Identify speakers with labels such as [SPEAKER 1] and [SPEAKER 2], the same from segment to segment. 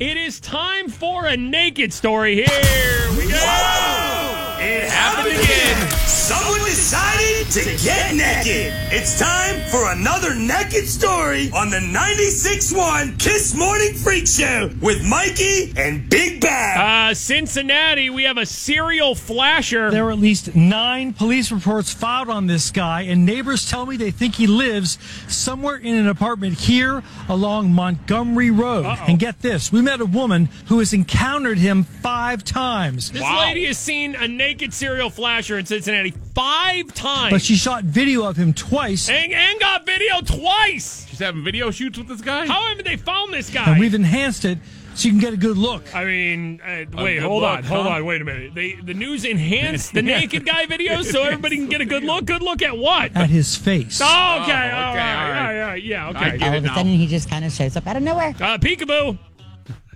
[SPEAKER 1] It is time for a naked story. Here we go. It happened again.
[SPEAKER 2] Someone decided to get naked. It's time for another naked story on the 96.1 Kiss Morning Freak Show with Mikey and Big Bad.
[SPEAKER 1] Uh, Cincinnati, we have a serial flasher.
[SPEAKER 3] There were at least nine police reports filed on this guy, and neighbors tell me they think he lives somewhere in an apartment here along Montgomery Road. And get this we met a woman who has encountered him five times.
[SPEAKER 1] this lady has seen a naked serial flasher in Cincinnati five times.
[SPEAKER 3] But she shot video of him twice,
[SPEAKER 1] and, and got video twice.
[SPEAKER 4] She's having video shoots with this guy?
[SPEAKER 1] How haven't they found this guy?
[SPEAKER 3] and we've enhanced it so you can get a good look.
[SPEAKER 1] I mean, uh, wait,
[SPEAKER 4] good
[SPEAKER 1] hold
[SPEAKER 4] luck,
[SPEAKER 1] on, hold
[SPEAKER 4] huh?
[SPEAKER 1] on, wait a minute. They, the news enhanced the naked guy videos so everybody can get a good look. Good look at what? Okay,
[SPEAKER 3] At his face.
[SPEAKER 1] all right,
[SPEAKER 4] Oh, okay,
[SPEAKER 1] all
[SPEAKER 4] all
[SPEAKER 1] right,
[SPEAKER 4] right.
[SPEAKER 1] all right, yeah,
[SPEAKER 4] I
[SPEAKER 1] okay.
[SPEAKER 4] get
[SPEAKER 5] All
[SPEAKER 4] it
[SPEAKER 5] of a
[SPEAKER 4] now.
[SPEAKER 5] sudden, he just kind of shows up out of nowhere.
[SPEAKER 1] Uh, peekaboo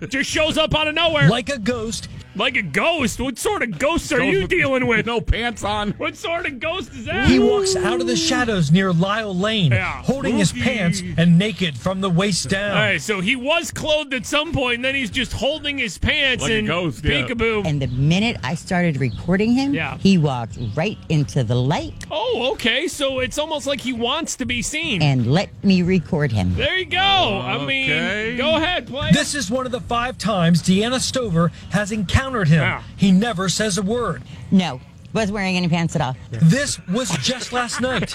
[SPEAKER 1] just shows up out of nowhere like,
[SPEAKER 3] Like a ghost,
[SPEAKER 1] a ghost. What sort of ghosts are
[SPEAKER 4] Goes
[SPEAKER 1] you
[SPEAKER 4] with-
[SPEAKER 1] dealing with?
[SPEAKER 4] No pants on.
[SPEAKER 1] What sort of ghost is that?
[SPEAKER 3] he walks out of the shadows near Lyle Lane,
[SPEAKER 1] Yeah.
[SPEAKER 3] holding his
[SPEAKER 1] Spooky.
[SPEAKER 3] pants and naked from the waist down.
[SPEAKER 1] All right, so he was clothed at some point, and then he's just holding his pants
[SPEAKER 4] Like a
[SPEAKER 1] and
[SPEAKER 4] ghost, yeah.
[SPEAKER 1] peekaboo.
[SPEAKER 5] And the minute I started recording him,
[SPEAKER 1] Yeah.
[SPEAKER 5] he walked right into the light
[SPEAKER 1] oh, okay, so it's almost like he wants to be seen.
[SPEAKER 5] and let me record him.
[SPEAKER 1] there you go. I
[SPEAKER 4] Oh, Okay.
[SPEAKER 1] mean, go ahead, play.
[SPEAKER 3] This is one of the five times Deanna Stover has encountered him.
[SPEAKER 1] Yeah.
[SPEAKER 3] He never says a word.
[SPEAKER 5] No, wasn't wearing any pants at all.
[SPEAKER 3] This was just last night.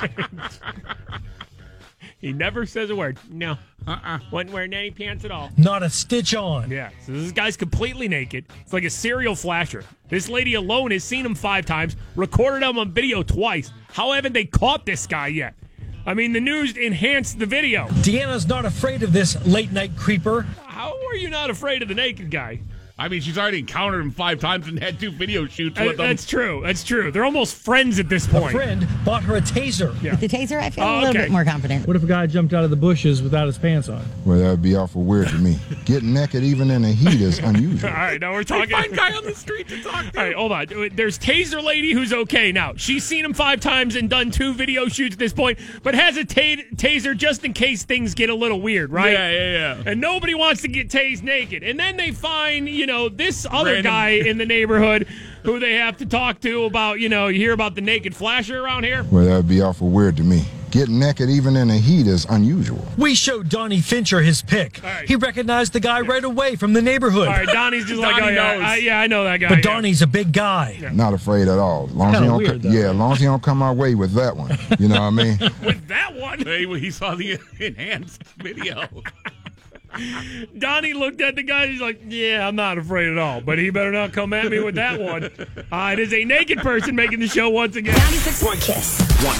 [SPEAKER 1] He never says a word. No. Uh-uh. Wasn't wearing any pants at all.
[SPEAKER 3] Not a stitch on.
[SPEAKER 1] Yeah. So this guy's completely naked. It's like a serial flasher. This lady alone has seen him five times, recorded him on video twice. How haven't they caught this guy yet? I mean, the news enhanced the video.
[SPEAKER 3] Deanna's not afraid of this late night creeper.
[SPEAKER 1] How are you not afraid of the naked guy?
[SPEAKER 4] I mean, she's already encountered him five times and had two video shoots
[SPEAKER 1] Uh,
[SPEAKER 4] with him.
[SPEAKER 1] that's true. That's true. They're almost friends at this point.
[SPEAKER 3] Friend bought her a taser.
[SPEAKER 1] Yeah.
[SPEAKER 5] With the taser, I feel
[SPEAKER 1] Oh,
[SPEAKER 5] a little
[SPEAKER 1] okay.
[SPEAKER 5] bit more confident.
[SPEAKER 3] What if a guy jumped out of the bushes without his pants on?
[SPEAKER 6] Well, that would be awful weird to me. Getting naked even in the heat is unusual.
[SPEAKER 1] All right, now we're
[SPEAKER 4] They
[SPEAKER 1] talking.
[SPEAKER 4] find guy on the street to talk to.
[SPEAKER 1] All right, hold on. There's Taser Lady who's okay now. She's seen him five times and done two video shoots at this point, but has a ta- taser just in case things get a little weird, right?
[SPEAKER 4] Yeah, yeah, yeah.
[SPEAKER 1] And nobody wants to get tased naked. And then they find, you know, this other
[SPEAKER 4] Random-
[SPEAKER 1] guy in the neighborhood who they have to talk to about, you know, you hear about the naked flasher around here.
[SPEAKER 6] Well, that would be awful weird to me. Getting naked even in the heat is unusual.
[SPEAKER 3] We showed Donnie Fincher his pick.
[SPEAKER 1] right.
[SPEAKER 3] He recognized the guy right away from the neighborhood.
[SPEAKER 1] All right, Donnie's just like, oh,
[SPEAKER 4] Donnie
[SPEAKER 1] yeah,
[SPEAKER 4] knows.
[SPEAKER 1] I, yeah, I know that guy.
[SPEAKER 3] But
[SPEAKER 1] yeah.
[SPEAKER 3] Donnie's a big guy.
[SPEAKER 6] Not afraid at all. Long as he
[SPEAKER 3] Kinda
[SPEAKER 6] don't
[SPEAKER 3] weird,
[SPEAKER 6] co-
[SPEAKER 3] though.
[SPEAKER 6] yeah, long as he don't come our way with that one. You know what I mean?
[SPEAKER 1] With that one.
[SPEAKER 4] Hey, well, he saw the enhanced video.
[SPEAKER 1] Donnie looked at the guy. He's like, "Yeah, I'm not afraid at all, but he better not come at me with that one." Uh, it is a naked person making the show once again.
[SPEAKER 7] 96.1 Kiss.
[SPEAKER 2] Want